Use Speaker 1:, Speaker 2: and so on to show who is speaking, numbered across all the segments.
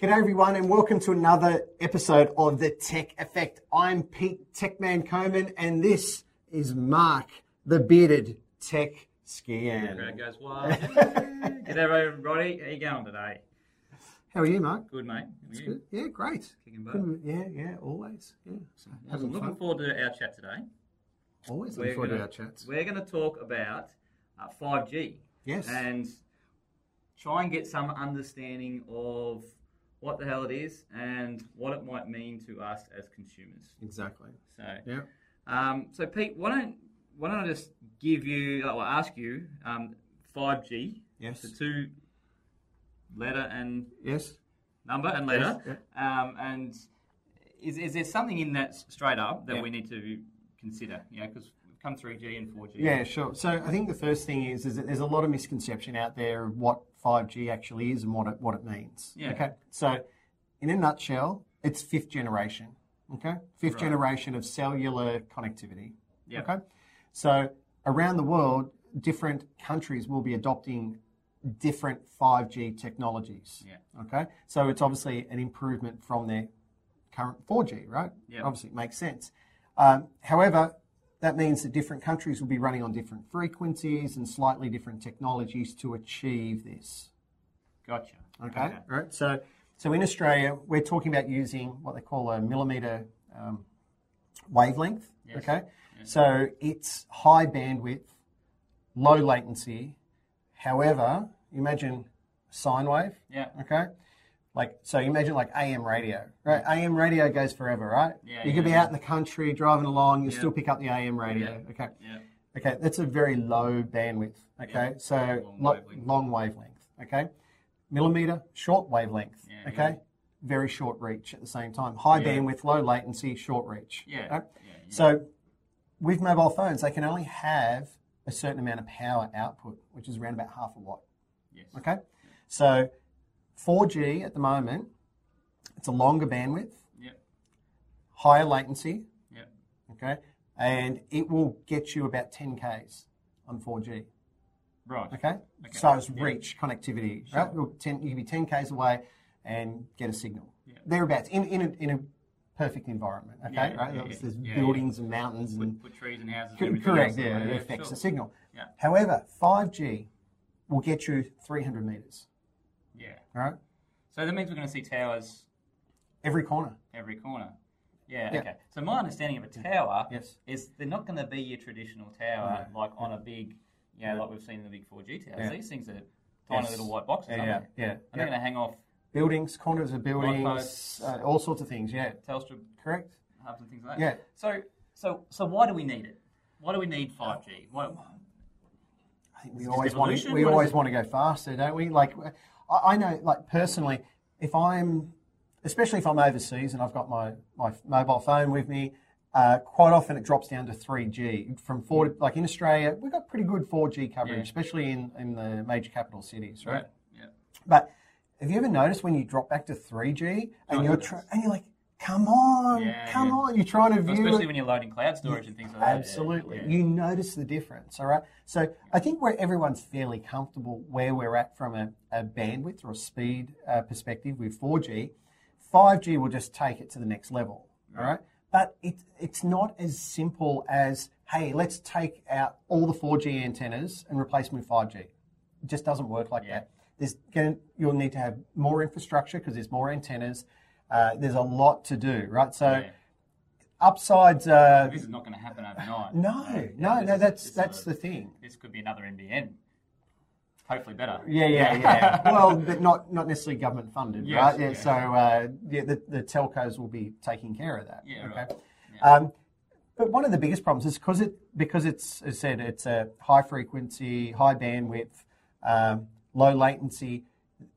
Speaker 1: G'day everyone and welcome to another episode of The Tech Effect. I'm Pete Techman Coman and this is Mark, the bearded tech
Speaker 2: Crowd
Speaker 1: skian.
Speaker 2: goes wild. G'day, everybody. How you going today?
Speaker 1: How are you, Mark?
Speaker 2: Good, mate. How are you?
Speaker 1: Good. Yeah, great.
Speaker 2: Kicking butt.
Speaker 1: Couldn't- Yeah, yeah, always. Yeah. So,
Speaker 2: I'm
Speaker 1: having
Speaker 2: looking
Speaker 1: fun.
Speaker 2: forward to our chat today.
Speaker 1: Always
Speaker 2: We're
Speaker 1: looking forward to
Speaker 2: gonna-
Speaker 1: our chats.
Speaker 2: We're going to talk about uh, 5G
Speaker 1: Yes.
Speaker 2: and try and get some understanding of what the hell it is and what it might mean to us as consumers.
Speaker 1: Exactly.
Speaker 2: So,
Speaker 1: Yeah.
Speaker 2: um, so Pete, why don't why don't I just give you or ask you um, 5G,
Speaker 1: Yes.
Speaker 2: the two letter and
Speaker 1: Yes.
Speaker 2: number and
Speaker 1: Yes,
Speaker 2: letter. Um, and is, is there something in that s- straight up that
Speaker 1: Yeah.
Speaker 2: we need to consider? You know, because we've come 3G and 4G.
Speaker 1: Yeah, sure. So I think the first thing is is that there's a lot of misconception out there of what 5G actually is and what it what it means.
Speaker 2: Yeah.
Speaker 1: Okay. So in a nutshell, it's fifth generation. Okay? Fifth
Speaker 2: Right.
Speaker 1: generation of cellular connectivity.
Speaker 2: Yeah.
Speaker 1: Okay? So around the world, different countries will be adopting different 5G technologies.
Speaker 2: Yeah.
Speaker 1: Okay? So it's obviously an improvement from their current 4G, right?
Speaker 2: Yeah.
Speaker 1: Obviously, it makes sense. Um, however, that means that different countries will be running on different frequencies and slightly different technologies to achieve this.
Speaker 2: Gotcha.
Speaker 1: Okay, All right. So, so in Australia, we're talking about using what they call a millimeter um, wavelength.
Speaker 2: Yes.
Speaker 1: Okay, so it's high bandwidth, low latency. However, imagine sine wave.
Speaker 2: Yeah.
Speaker 1: Okay. Like so, you imagine like AM radio, right? AM radio goes forever, right?
Speaker 2: Yeah,
Speaker 1: You could be
Speaker 2: yeah.
Speaker 1: out in the country driving along, you still pick up the AM radio. Okay.
Speaker 2: Yeah.
Speaker 1: Okay, that's a very low bandwidth. Okay, so
Speaker 2: Long
Speaker 1: lo-
Speaker 2: wavelength.
Speaker 1: long wavelength. Okay, millimeter short wavelength.
Speaker 2: Yeah,
Speaker 1: okay, very short reach at the same time. High
Speaker 2: Yeah.
Speaker 1: bandwidth, low latency, short reach.
Speaker 2: Yeah.
Speaker 1: Okay?
Speaker 2: yeah, yeah.
Speaker 1: So with mobile phones, they can only have a certain amount of power output, which is around about half a watt.
Speaker 2: Yes.
Speaker 1: Okay, so 4G at the moment, it's a longer bandwidth,
Speaker 2: Yep.
Speaker 1: higher latency.
Speaker 2: Yep.
Speaker 1: Okay, and it will get you about 10 k's on 4G.
Speaker 2: Right.
Speaker 1: Okay.
Speaker 2: Okay.
Speaker 1: So it's
Speaker 2: Yeah.
Speaker 1: reach connectivity, right? You're 10, you can be 10 k's away and get a signal.
Speaker 2: Yeah.
Speaker 1: Thereabouts in, in, a, in a perfect environment. Okay.
Speaker 2: Yeah,
Speaker 1: right.
Speaker 2: yeah,
Speaker 1: Obviously
Speaker 2: yeah.
Speaker 1: There's
Speaker 2: Yeah,
Speaker 1: buildings and mountains and
Speaker 2: Put, put trees and houses.
Speaker 1: Co-
Speaker 2: and everything
Speaker 1: correct.
Speaker 2: else
Speaker 1: Yeah.
Speaker 2: away.
Speaker 1: It affects
Speaker 2: sure.
Speaker 1: the signal.
Speaker 2: Yeah.
Speaker 1: However, 5G will get you 300 meters.
Speaker 2: Yeah.
Speaker 1: All right.
Speaker 2: So that means we're going to see towers
Speaker 1: Every corner.
Speaker 2: every corner. Yeah,
Speaker 1: Yeah.
Speaker 2: Okay. So my understanding of a tower
Speaker 1: Yes.
Speaker 2: is they're not going to be your traditional tower like on a big, you know, like we've seen in the big 4G towers.
Speaker 1: Yeah.
Speaker 2: These things are tiny
Speaker 1: Yes.
Speaker 2: little white boxes, aren't
Speaker 1: Yeah.
Speaker 2: they?
Speaker 1: Yeah.
Speaker 2: And they're going to hang off
Speaker 1: Buildings, corners of buildings,
Speaker 2: Lightposts.
Speaker 1: uh, all sorts of things. Yeah.
Speaker 2: Telstra
Speaker 1: Correct.
Speaker 2: hubs and things like that.
Speaker 1: Yeah.
Speaker 2: So, so, so why do we need it? Why do we need 5G? Why,
Speaker 1: I think we
Speaker 2: Is this
Speaker 1: always want to,
Speaker 2: evolution?
Speaker 1: we
Speaker 2: What is
Speaker 1: always
Speaker 2: it?
Speaker 1: want to go faster, don't we? Like, I, I know, like personally, if I'm, especially if I'm overseas and I've got my my mobile phone with me, uh, quite often it drops down to three G from four. to- Like in Australia, we've got pretty good four G coverage,
Speaker 2: Yeah.
Speaker 1: especially in in the major capital cities, right?
Speaker 2: Yeah.
Speaker 1: But have you ever noticed when you drop back to three G and
Speaker 2: I
Speaker 1: you're
Speaker 2: noticed.
Speaker 1: tr- and you're like, come on,
Speaker 2: Yeah,
Speaker 1: come
Speaker 2: yeah.
Speaker 1: on, you're trying to
Speaker 2: Well,
Speaker 1: view. it.
Speaker 2: especially when you're loading cloud storage and things like that.
Speaker 1: Absolutely.
Speaker 2: Yeah.
Speaker 1: You notice the difference, all right? So I think where everyone's fairly comfortable where we're at from a, a bandwidth or a speed uh, perspective with 4G, 5G will just take it to the next level, all right? But it, it's not as simple as, hey, let's take out all the 4G antennas and replace them with 5G. It just doesn't work like
Speaker 2: Yeah.
Speaker 1: that. There's going you'll need to have more infrastructure because there's more antennas. Uh, there's a lot to do, right? So
Speaker 2: Yeah.
Speaker 1: upsides uh,
Speaker 2: This is not going to happen overnight.
Speaker 1: no, no,
Speaker 2: Uh, this
Speaker 1: no.
Speaker 2: is-
Speaker 1: That's
Speaker 2: this is
Speaker 1: that's
Speaker 2: a-
Speaker 1: the thing.
Speaker 2: This could be another NBN. Hopefully better.
Speaker 1: Yeah, yeah, yeah. well, but not not necessarily government funded,
Speaker 2: Yes,
Speaker 1: right? Yeah.
Speaker 2: yeah.
Speaker 1: So uh, yeah, the, the telcos will be taking care of that.
Speaker 2: Yeah,
Speaker 1: Okay.
Speaker 2: right.
Speaker 1: Um, but one of the biggest problems is because it because it's as I said it's a high frequency, high bandwidth, um, low latency,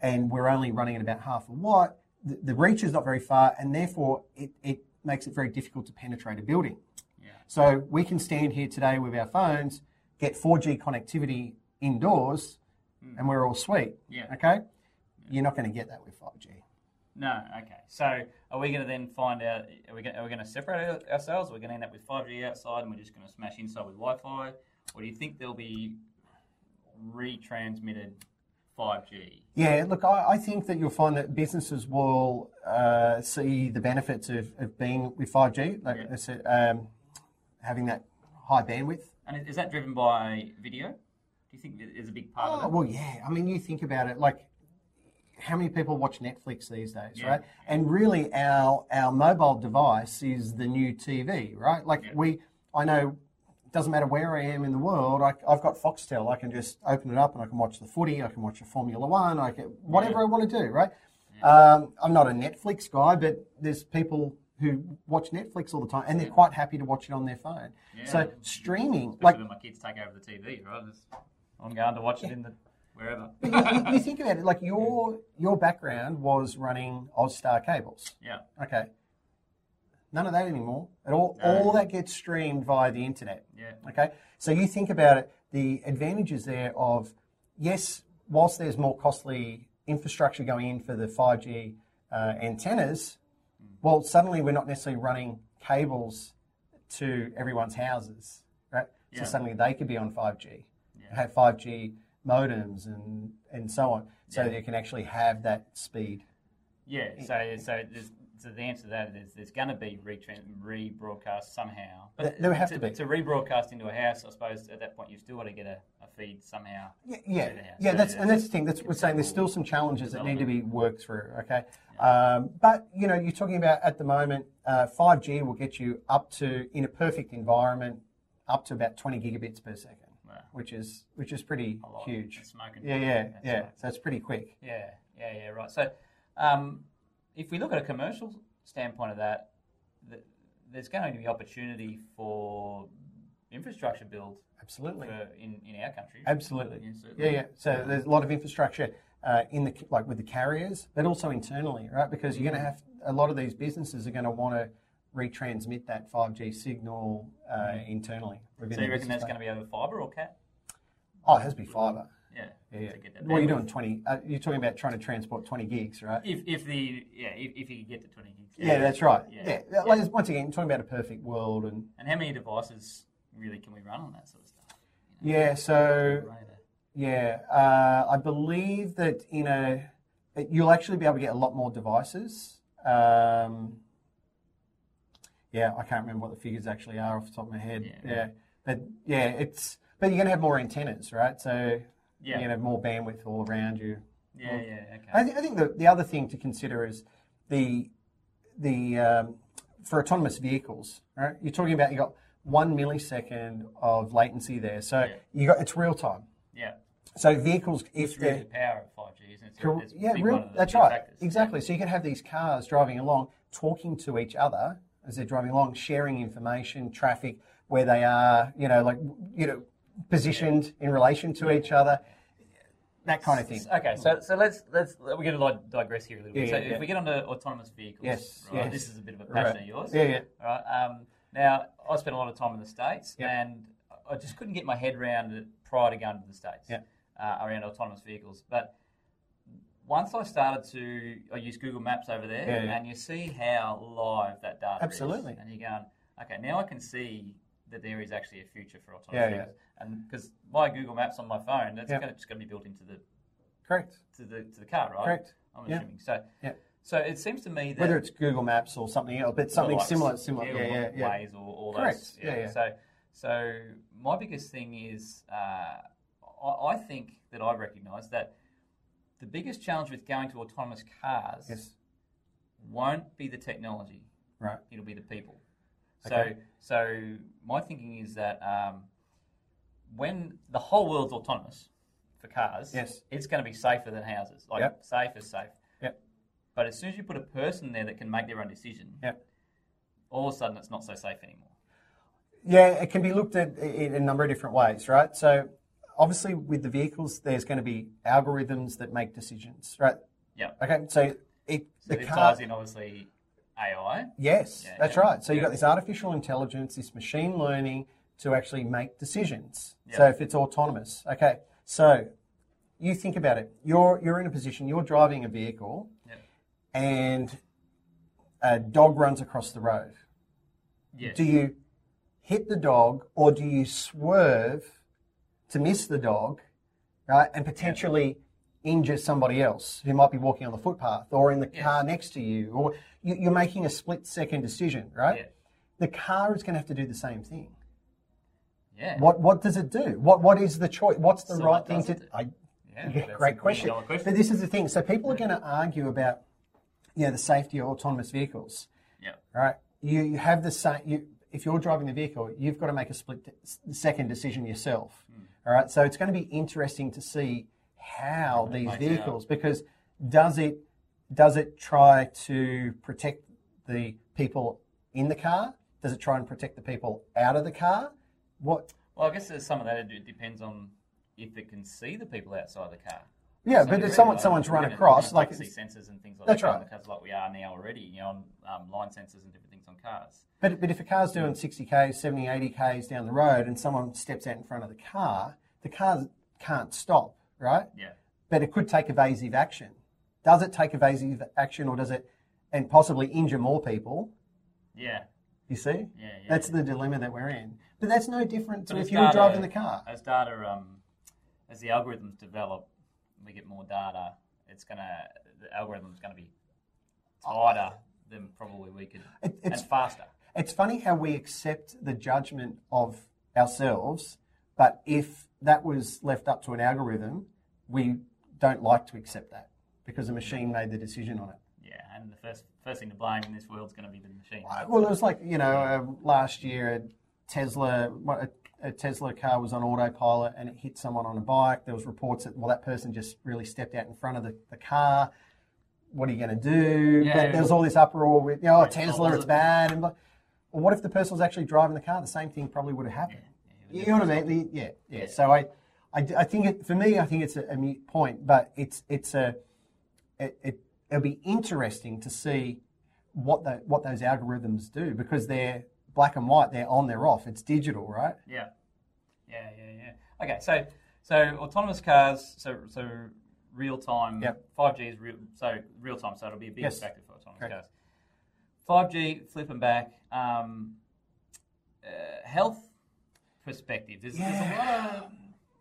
Speaker 1: and we're only running at about half a watt. The, the reach is not very far, and therefore it, it makes it very difficult to penetrate a building.
Speaker 2: Yeah.
Speaker 1: So we can stand here today with our phones, get 4G connectivity indoors, and we're all sweet.
Speaker 2: Yeah.
Speaker 1: Okay? You're not going to get that with 5G.
Speaker 2: No, okay. So are we going to then find out? Are we going, are we going to separate our- ourselves? Are we going to end up with five G outside, and we're just going to smash inside with Wi Fi, or do you think there'll be retransmitted 5G?
Speaker 1: Yeah, look, I, I think that you'll find that businesses will uh, see the benefits of, of being with 5G, like
Speaker 2: Yeah.
Speaker 1: I said, um, having that high bandwidth.
Speaker 2: And is- is that driven by video? Do you think that is a big part
Speaker 1: Oh,
Speaker 2: of it?
Speaker 1: well, yeah. I mean, you think about it, like how many people watch Netflix these days,
Speaker 2: Yeah.
Speaker 1: right? And really, our our mobile device is the new TV, right? Like
Speaker 2: Yeah.
Speaker 1: we, I know, it doesn't matter where I am in the world. I, I've got Foxtel. I can just open it up and I can watch the footy. I can watch the Formula One. I can whatever I want to do, right? Um, I'm not a Netflix guy, but there's people who watch Netflix all the time, and they're quite happy to watch it on their phone.
Speaker 2: Yeah.
Speaker 1: So streaming,
Speaker 2: Especially
Speaker 1: like
Speaker 2: when my kids take over the TV, right? It's- I'm going to watch it in the wherever.
Speaker 1: you, you think about it, like your your background was running Ozstar cables.
Speaker 2: yeah.
Speaker 1: Okay. None of that anymore. It all
Speaker 2: No.
Speaker 1: all that gets streamed via the internet.
Speaker 2: Yeah.
Speaker 1: Okay. So you think about it, the advantages there of yes, whilst there's more costly infrastructure going in for the 5G uh, antennas, well, suddenly we're not necessarily running cables to everyone's houses, right?
Speaker 2: Yeah.
Speaker 1: So suddenly they could be on 5G,
Speaker 2: Yeah.
Speaker 1: have 5G modems and, and so on, so
Speaker 2: Yeah.
Speaker 1: that you can actually have that speed.
Speaker 2: Yeah,
Speaker 1: Mm.
Speaker 2: so so there's, so the answer to that is there's going to be retran- rebroadcast somehow.
Speaker 1: There- there would have
Speaker 2: to,
Speaker 1: to be.
Speaker 2: to rebroadcast into a house. I suppose at that point you've still got to get a, a feed somehow.
Speaker 1: Yeah, yeah,
Speaker 2: through the house.
Speaker 1: yeah. That's
Speaker 2: So there's-
Speaker 1: and that's the thing. That's we're saying. There's still some challenges that need to be worked through. Okay, um, but you know, you're talking about at the moment, uh, 5G will get you up to in a perfect environment, up to about 20 gigabits per second,
Speaker 2: Wow.
Speaker 1: which is which is pretty
Speaker 2: A lot.
Speaker 1: huge.
Speaker 2: It's smoking.
Speaker 1: Yeah, yeah,
Speaker 2: That's
Speaker 1: yeah.
Speaker 2: right.
Speaker 1: So it's pretty quick.
Speaker 2: Yeah, yeah, yeah, right. So, um, if we look at a commercial standpoint of that, th- there's going to be opportunity for infrastructure build
Speaker 1: Absolutely,
Speaker 2: for in, in our country.
Speaker 1: absolutely.
Speaker 2: Yeah, certainly.
Speaker 1: Yeah, yeah. So there's a lot of infrastructure uh, in the like with the carriers, but also internally, right? Because you're going
Speaker 2: Mm.
Speaker 1: to have a lot of these businesses are going to want to retransmit that 5G signal uh, internally. within
Speaker 2: Mm. So you
Speaker 1: the
Speaker 2: reckon
Speaker 1: business
Speaker 2: that's going to be over fiber or cat?
Speaker 1: plan. Oh, it has to be fibre.
Speaker 2: Yeah.
Speaker 1: Yeah, yeah.
Speaker 2: to get that
Speaker 1: Well, you're
Speaker 2: bandwidth.
Speaker 1: doing 20. Uh, you're talking about trying to transport 20 gigs, right?
Speaker 2: If, if the yeah if, if you could get to twenty gigs.
Speaker 1: Yeah, that's right.
Speaker 2: Yeah.
Speaker 1: Yeah. Like, Once again, you're talking about a perfect world, and
Speaker 2: And how many devices really can we run on that sort of stuff?
Speaker 1: yeah. So
Speaker 2: Right.
Speaker 1: Yeah, uh, I believe that in a that you'll actually be able to get a lot more devices. Um, yeah, I can't remember what the figures actually are off the top of my head.
Speaker 2: Yeah.
Speaker 1: but yeah, it's but you're gonna have more antennas, right? So you're
Speaker 2: Yeah.
Speaker 1: gonna have more bandwidth all around you.
Speaker 2: Yeah. Yeah.
Speaker 1: I,
Speaker 2: Okay.
Speaker 1: th- I think the, the other thing to consider is the the um, for autonomous vehicles. Right, you're talking about you got one millisecond of latency there, so
Speaker 2: Yeah.
Speaker 1: you got it's real time.
Speaker 2: Yeah.
Speaker 1: So vehicles, if
Speaker 2: It's really
Speaker 1: they're
Speaker 2: the power of five G, isn't it? It's-
Speaker 1: Cor-
Speaker 2: it's
Speaker 1: yeah,
Speaker 2: been
Speaker 1: real-
Speaker 2: one of the
Speaker 1: that's
Speaker 2: key
Speaker 1: right.
Speaker 2: factors.
Speaker 1: Exactly. So you can have these cars driving along, talking to each other as they're driving along, sharing information, traffic, where they are, you know, like you know, positioned in relation to each other, that kind of thing.
Speaker 2: Okay, so so let's let's we're going to like digress here a little bit.
Speaker 1: Yeah,
Speaker 2: so
Speaker 1: yeah, yeah.
Speaker 2: if we get onto autonomous vehicles,
Speaker 1: Yes,
Speaker 2: right,
Speaker 1: yes.
Speaker 2: this is a bit of a
Speaker 1: Right.
Speaker 2: passion of yours.
Speaker 1: Yeah, yeah.
Speaker 2: All right. Um, now I spent a lot of time in the states,
Speaker 1: Yeah.
Speaker 2: and I just couldn't get my head around it prior to going to the states
Speaker 1: Yeah.
Speaker 2: uh, around autonomous vehicles. But once I started to, I use Google Maps over there,
Speaker 1: Yeah, yeah.
Speaker 2: and you see how live that data
Speaker 1: Absolutely.
Speaker 2: is, and you're going, okay, now I can see that there is actually a future for autonomous
Speaker 1: Yeah, yeah.
Speaker 2: vehicles, and because my Google Maps on my phone, that's
Speaker 1: Yeah.
Speaker 2: gonna, just going to be built into the
Speaker 1: Correct.
Speaker 2: to the to the car, right?
Speaker 1: Correct.
Speaker 2: I'm
Speaker 1: Yeah.
Speaker 2: assuming. So
Speaker 1: Yeah.
Speaker 2: so it seems to me that
Speaker 1: Whether it's Google Maps or something else, but something
Speaker 2: Likes,
Speaker 1: similar, similar. Yeah, yeah, yeah.
Speaker 2: Ways or all
Speaker 1: Correct.
Speaker 2: those.
Speaker 1: Yeah, yeah.
Speaker 2: So so my biggest thing is uh, I, I think that I recognise that the biggest challenge with going to autonomous cars
Speaker 1: Yes.
Speaker 2: won't be the technology;
Speaker 1: Right.
Speaker 2: it'll be the people.
Speaker 1: Okay.
Speaker 2: So so my thinking is that. Um, when the whole world's autonomous for cars,
Speaker 1: Yes.
Speaker 2: it's going to be safer than houses. Like
Speaker 1: Yep.
Speaker 2: safe is safe.
Speaker 1: Yep.
Speaker 2: But as soon as you put a person there that can make their own decision,
Speaker 1: Yep.
Speaker 2: all of a sudden it's not so safe anymore.
Speaker 1: Yeah, it can be looked at i- in a number of different ways, right? So, obviously, with the vehicles, there's going to be algorithms that make decisions, right?
Speaker 2: Yeah.
Speaker 1: Okay, so it,
Speaker 2: So
Speaker 1: the
Speaker 2: it
Speaker 1: car.
Speaker 2: ties in obviously AI.
Speaker 1: Yes,
Speaker 2: Yeah,
Speaker 1: that's
Speaker 2: yeah.
Speaker 1: right. So you've
Speaker 2: Yeah.
Speaker 1: got this artificial intelligence, this machine learning to actually make decisions.
Speaker 2: Yeah.
Speaker 1: So if it's autonomous, okay. So you think about it. You're you're in a position. You're driving a vehicle,
Speaker 2: Yeah.
Speaker 1: and a dog runs across the road.
Speaker 2: Yeah.
Speaker 1: Do you hit the dog or do you swerve to miss the dog, right, and potentially injure somebody else who might be walking on the footpath or in the
Speaker 2: Yes.
Speaker 1: car next to you, or you, you're making a split second decision, right?
Speaker 2: Yeah.
Speaker 1: The car is going to have to do the same thing.
Speaker 2: Yeah.
Speaker 1: What what does it do? What what is the choice? What's the
Speaker 2: So
Speaker 1: right
Speaker 2: what
Speaker 1: thing
Speaker 2: does
Speaker 1: to?
Speaker 2: it do?
Speaker 1: I,
Speaker 2: Yeah,
Speaker 1: yeah,
Speaker 2: that's
Speaker 1: great
Speaker 2: a
Speaker 1: question.
Speaker 2: million-dollar
Speaker 1: But this is the thing. So people are going to argue about, you know, the safety of autonomous vehicles,
Speaker 2: Yeah.
Speaker 1: right? You, you have the same. You, if you're driving the vehicle, you've got to make a split s- second decision yourself. All right. So it's going to be interesting to see how these
Speaker 2: plays out.
Speaker 1: vehicles, because does it does it try to protect the people in the car? Does it try and protect the people out of the car? What?
Speaker 2: Well, I guess there's some of that. It depends on if it can see the people outside the car.
Speaker 1: Yeah, but
Speaker 2: So you
Speaker 1: if
Speaker 2: really
Speaker 1: someone
Speaker 2: like-
Speaker 1: someone's
Speaker 2: we're
Speaker 1: run
Speaker 2: gonna-
Speaker 1: across,
Speaker 2: we're
Speaker 1: like
Speaker 2: gonna see sensors and things like
Speaker 1: That's
Speaker 2: that on
Speaker 1: right.
Speaker 2: the cars, like we are now already, you know, on um, line sensors and different things on cars.
Speaker 1: But, but if a car's doing 60 k's, 70, 80 k's down the road and someone steps out in front of the car, the car can't stop, right?
Speaker 2: Yeah,
Speaker 1: But it could take evasive action. Does it take evasive action or does it, and possibly injure more people?
Speaker 2: yeah,
Speaker 1: You see?
Speaker 2: yeah. yeah
Speaker 1: That's
Speaker 2: yeah.
Speaker 1: the dilemma that we're in. But that's no different to
Speaker 2: But
Speaker 1: if
Speaker 2: it's
Speaker 1: you were
Speaker 2: data-
Speaker 1: driving the car.
Speaker 2: As data, um, as the algorithms develop, we get more data. It's gonna the algorithm's gonna be tighter than probably we could
Speaker 1: It, it's,
Speaker 2: and faster.
Speaker 1: it's funny how we accept the judgment of ourselves, but if that was left up to an algorithm, we don't like to accept that because the machine made the decision on it.
Speaker 2: Yeah, and the first first thing to blame in this world's gonna be the machine.
Speaker 1: Uh, Well, it was like you know, um, last year a Tesla, what- a, a Tesla car was on autopilot and it hit someone on a bike. There was reports that well, that person just really stepped out in front of the, the car. What are you going to do?
Speaker 2: Yeah.
Speaker 1: But there was all this uproar with, you know, oh,
Speaker 2: Right,
Speaker 1: Tesla,
Speaker 2: oh,
Speaker 1: it's bad. And blah. well, what if the person was actually driving the car? The same thing probably would have happened. You know what I mean? The- Yeah, yeah. So I, I, d- I think it, for me, I think it's a, a mute point, but it's it's a, it, it it'll be interesting to see what the, what those algorithms do because they're black and white, they're on, they're off. It's digital, right?
Speaker 2: Yeah, yeah, yeah, yeah. Okay, so so autonomous cars, so so real time.
Speaker 1: Yep.
Speaker 2: Five G is real, so real time, so it'll be a big
Speaker 1: Yes.
Speaker 2: factor for autonomous
Speaker 1: Correct.
Speaker 2: cars. Five G, flipping back, um, uh, health perspective. There's, there's a lot of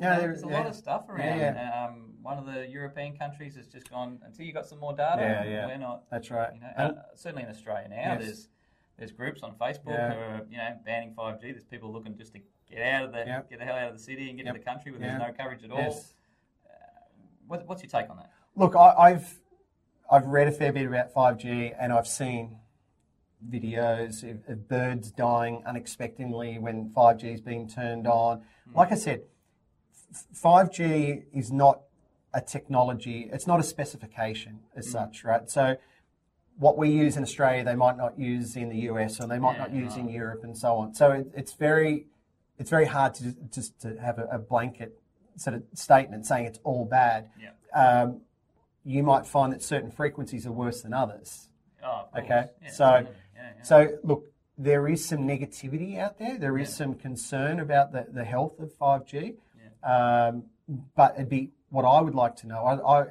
Speaker 1: Yeah, there-
Speaker 2: there's a lot
Speaker 1: yeah.
Speaker 2: of stuff around.
Speaker 1: Yeah,
Speaker 2: Um, one of the European countries has just gone until you got some more data.
Speaker 1: Yeah, yeah.
Speaker 2: We're not
Speaker 1: That's right.
Speaker 2: you know,
Speaker 1: And-
Speaker 2: uh, certainly in Australia now,
Speaker 1: Yes.
Speaker 2: there's there's groups on Facebook
Speaker 1: Yeah.
Speaker 2: who are you know banning five G. There's people looking just to get out of the
Speaker 1: Yep.
Speaker 2: get the hell out of the city and get
Speaker 1: Yep.
Speaker 2: to the country where
Speaker 1: Yeah.
Speaker 2: there's no coverage at all.
Speaker 1: yes.
Speaker 2: What, what's your take on that?
Speaker 1: Look, I, I've I've read a fair bit about five G, and I've seen videos of, of birds dying unexpectedly when five G is being turned on. Like I said, five G is not a technology; it's not a specification as such, right? So. What we use in Australia, they might not use in the US, or they might
Speaker 2: Yeah,
Speaker 1: not use
Speaker 2: no.
Speaker 1: in Europe, and so on. So it, it's very, it's very hard to just to have a, a blanket sort of statement saying it's all bad
Speaker 2: Yeah.
Speaker 1: um, you might find that certain frequencies are worse than others.
Speaker 2: Oh, of course.
Speaker 1: Okay,
Speaker 2: Yeah,
Speaker 1: so-
Speaker 2: absolutely. yeah, yeah.
Speaker 1: So, look, there is some negativity out there. There is some concern about the, the health of 5G. Um, but it'd be what I would like to know. I, I,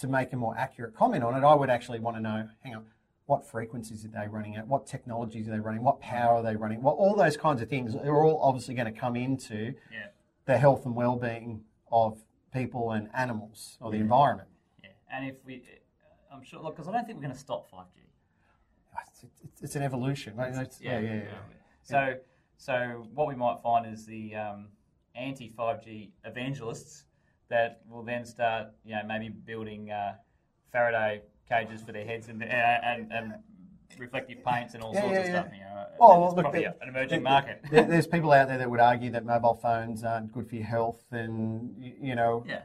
Speaker 1: to make a more accurate comment on it, I would actually want to know hang on, what frequencies are they running at? What technologies are they running? What power are they running? Well, all those kinds of things are all obviously going to come into
Speaker 2: Yeah.
Speaker 1: the health and well being of people and animals or the environment.
Speaker 2: yeah. And if we, uh, I'm sure, look, because I don't think we're going to stop five G.
Speaker 1: It's- it's, it's an evolution. right? It's- yeah, yeah, yeah.
Speaker 2: So, so what we might find is the um, anti five G evangelists that will then start, you know, maybe building uh, Faraday cages for their heads and uh, and, and reflective paints and all
Speaker 1: Yeah,
Speaker 2: sorts of
Speaker 1: yeah, yeah.
Speaker 2: stuff. You know,
Speaker 1: Oh,
Speaker 2: And
Speaker 1: well,
Speaker 2: it's
Speaker 1: look,
Speaker 2: probably
Speaker 1: the-
Speaker 2: an emerging
Speaker 1: the-
Speaker 2: market.
Speaker 1: There, there's people out there that would argue that mobile phones aren't good for your health, and y- you know,
Speaker 2: yeah,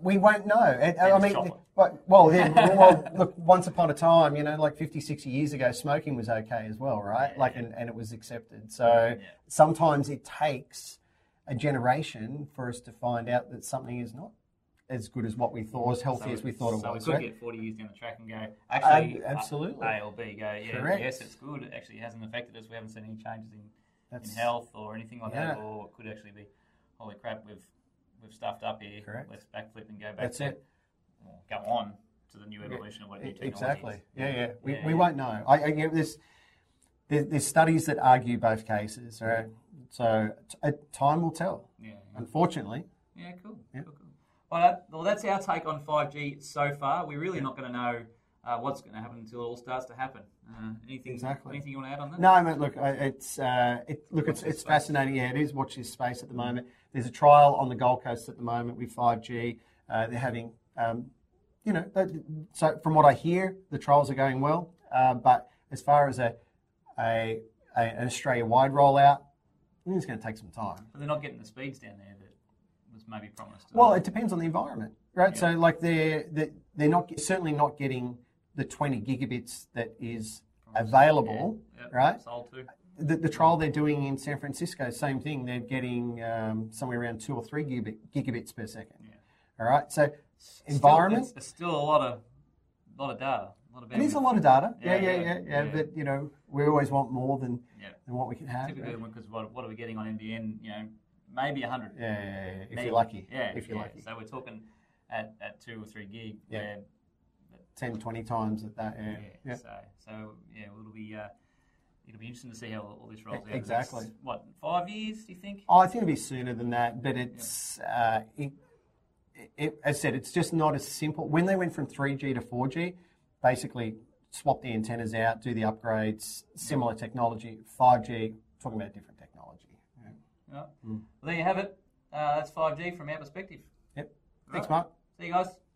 Speaker 1: we won't know. And, I
Speaker 2: it's
Speaker 1: mean,
Speaker 2: chocolate.
Speaker 1: but- well, yeah, well, look, once upon a time, you know, like 50, 60 years ago, smoking was okay as well, right?
Speaker 2: Yeah,
Speaker 1: like,
Speaker 2: yeah.
Speaker 1: And, and it was accepted. So
Speaker 2: Yeah.
Speaker 1: sometimes it takes a generation for us to find out that something is not as good as what we thought, or as healthy as we thought it
Speaker 2: so
Speaker 1: was.
Speaker 2: we could
Speaker 1: right?
Speaker 2: get forty years down the track and go actually
Speaker 1: Ab- absolutely.
Speaker 2: A or B go yeah
Speaker 1: Correct.
Speaker 2: yes it's good it actually hasn't affected us we haven't seen any changes in
Speaker 1: That's-
Speaker 2: in health or anything like that,
Speaker 1: Yeah.
Speaker 2: or it could actually be, holy crap, we've we've stuffed up here.
Speaker 1: Correct.
Speaker 2: Let's backflip and go back.
Speaker 1: That's
Speaker 2: to,
Speaker 1: it.
Speaker 2: Or go on to the new evolution of what new
Speaker 1: E-
Speaker 2: technology
Speaker 1: Exactly.
Speaker 2: is.
Speaker 1: Yeah, yeah. We,
Speaker 2: Yeah,
Speaker 1: we
Speaker 2: yeah.
Speaker 1: won't know. I, I you know, there's, there, there's studies that argue both cases, right? So t- uh, time will tell.
Speaker 2: Yeah.
Speaker 1: Unfortunately,
Speaker 2: Yeah. Cool. Cool, cool. Well, that, well, that's our take on 5G so far. We're really not going to know uh, what's going to happen until it all starts to happen. Uh, anything,
Speaker 1: Exactly.
Speaker 2: anything you want to add on that?
Speaker 1: No, I mean, look, I- it's uh, it, look, it's,
Speaker 2: this
Speaker 1: it's
Speaker 2: space.
Speaker 1: fascinating. Yeah, it is. Watch this space at the moment. There's a trial on the Gold Coast at the moment with 5G. Uh, they're having, um, you know, that, so from what I hear, the trials are going well. Uh, but as far as a, a, a an Australia-wide rollout, I think it's going to take some time.
Speaker 2: But they're not getting the speeds down there that was maybe promised.
Speaker 1: Well, it depends on the environment, right? So, like they're they're they're not certainly not getting the 20 gigabits that is available,
Speaker 2: Yep,
Speaker 1: right?
Speaker 2: Sold to.
Speaker 1: the, the trial they're doing in San Francisco, same thing. They're getting um, somewhere around two or three gigabit, gigabits per second.
Speaker 2: Yeah.
Speaker 1: All right. So
Speaker 2: Still-
Speaker 1: environment.
Speaker 2: it's- it's still a lot of, lot of data. A lot of
Speaker 1: it is a
Speaker 2: bandwidth.
Speaker 1: lot of data. Yeah,
Speaker 2: Yeah,
Speaker 1: yeah, yeah,
Speaker 2: yeah,
Speaker 1: yeah.
Speaker 2: yeah.
Speaker 1: But you know, we always want more than
Speaker 2: Yeah.
Speaker 1: than what we can have.
Speaker 2: Typically,
Speaker 1: right?
Speaker 2: because what, what are we getting on NBN? You know, maybe 100.
Speaker 1: Yeah, yeah, yeah, yeah, if
Speaker 2: Maybe.
Speaker 1: you're lucky.
Speaker 2: Yeah,
Speaker 1: If you're
Speaker 2: yeah.
Speaker 1: lucky.
Speaker 2: So we're talking at, at two or three gig.
Speaker 1: Yeah.
Speaker 2: where
Speaker 1: 10, 20 times at that. Yeah.
Speaker 2: Yeah.
Speaker 1: yeah.
Speaker 2: So, so yeah, it'll be uh, it'll be interesting to see how all this rolls out. in the
Speaker 1: Exactly.
Speaker 2: next, What five years? Do you think?
Speaker 1: Oh, I think it'd be sooner than that, but it's, uh, it, it, as I said, it's just not as simple. When they went from 3G to 4G, basically swap the antennas out, do the upgrades, similar technology. 5G, talking about different technology. Yeah. Hmm.
Speaker 2: No? Well, there you have it. Uh, that's five G from our perspective.
Speaker 1: Yep. Thanks,
Speaker 2: Right.
Speaker 1: Mark.
Speaker 2: See you guys.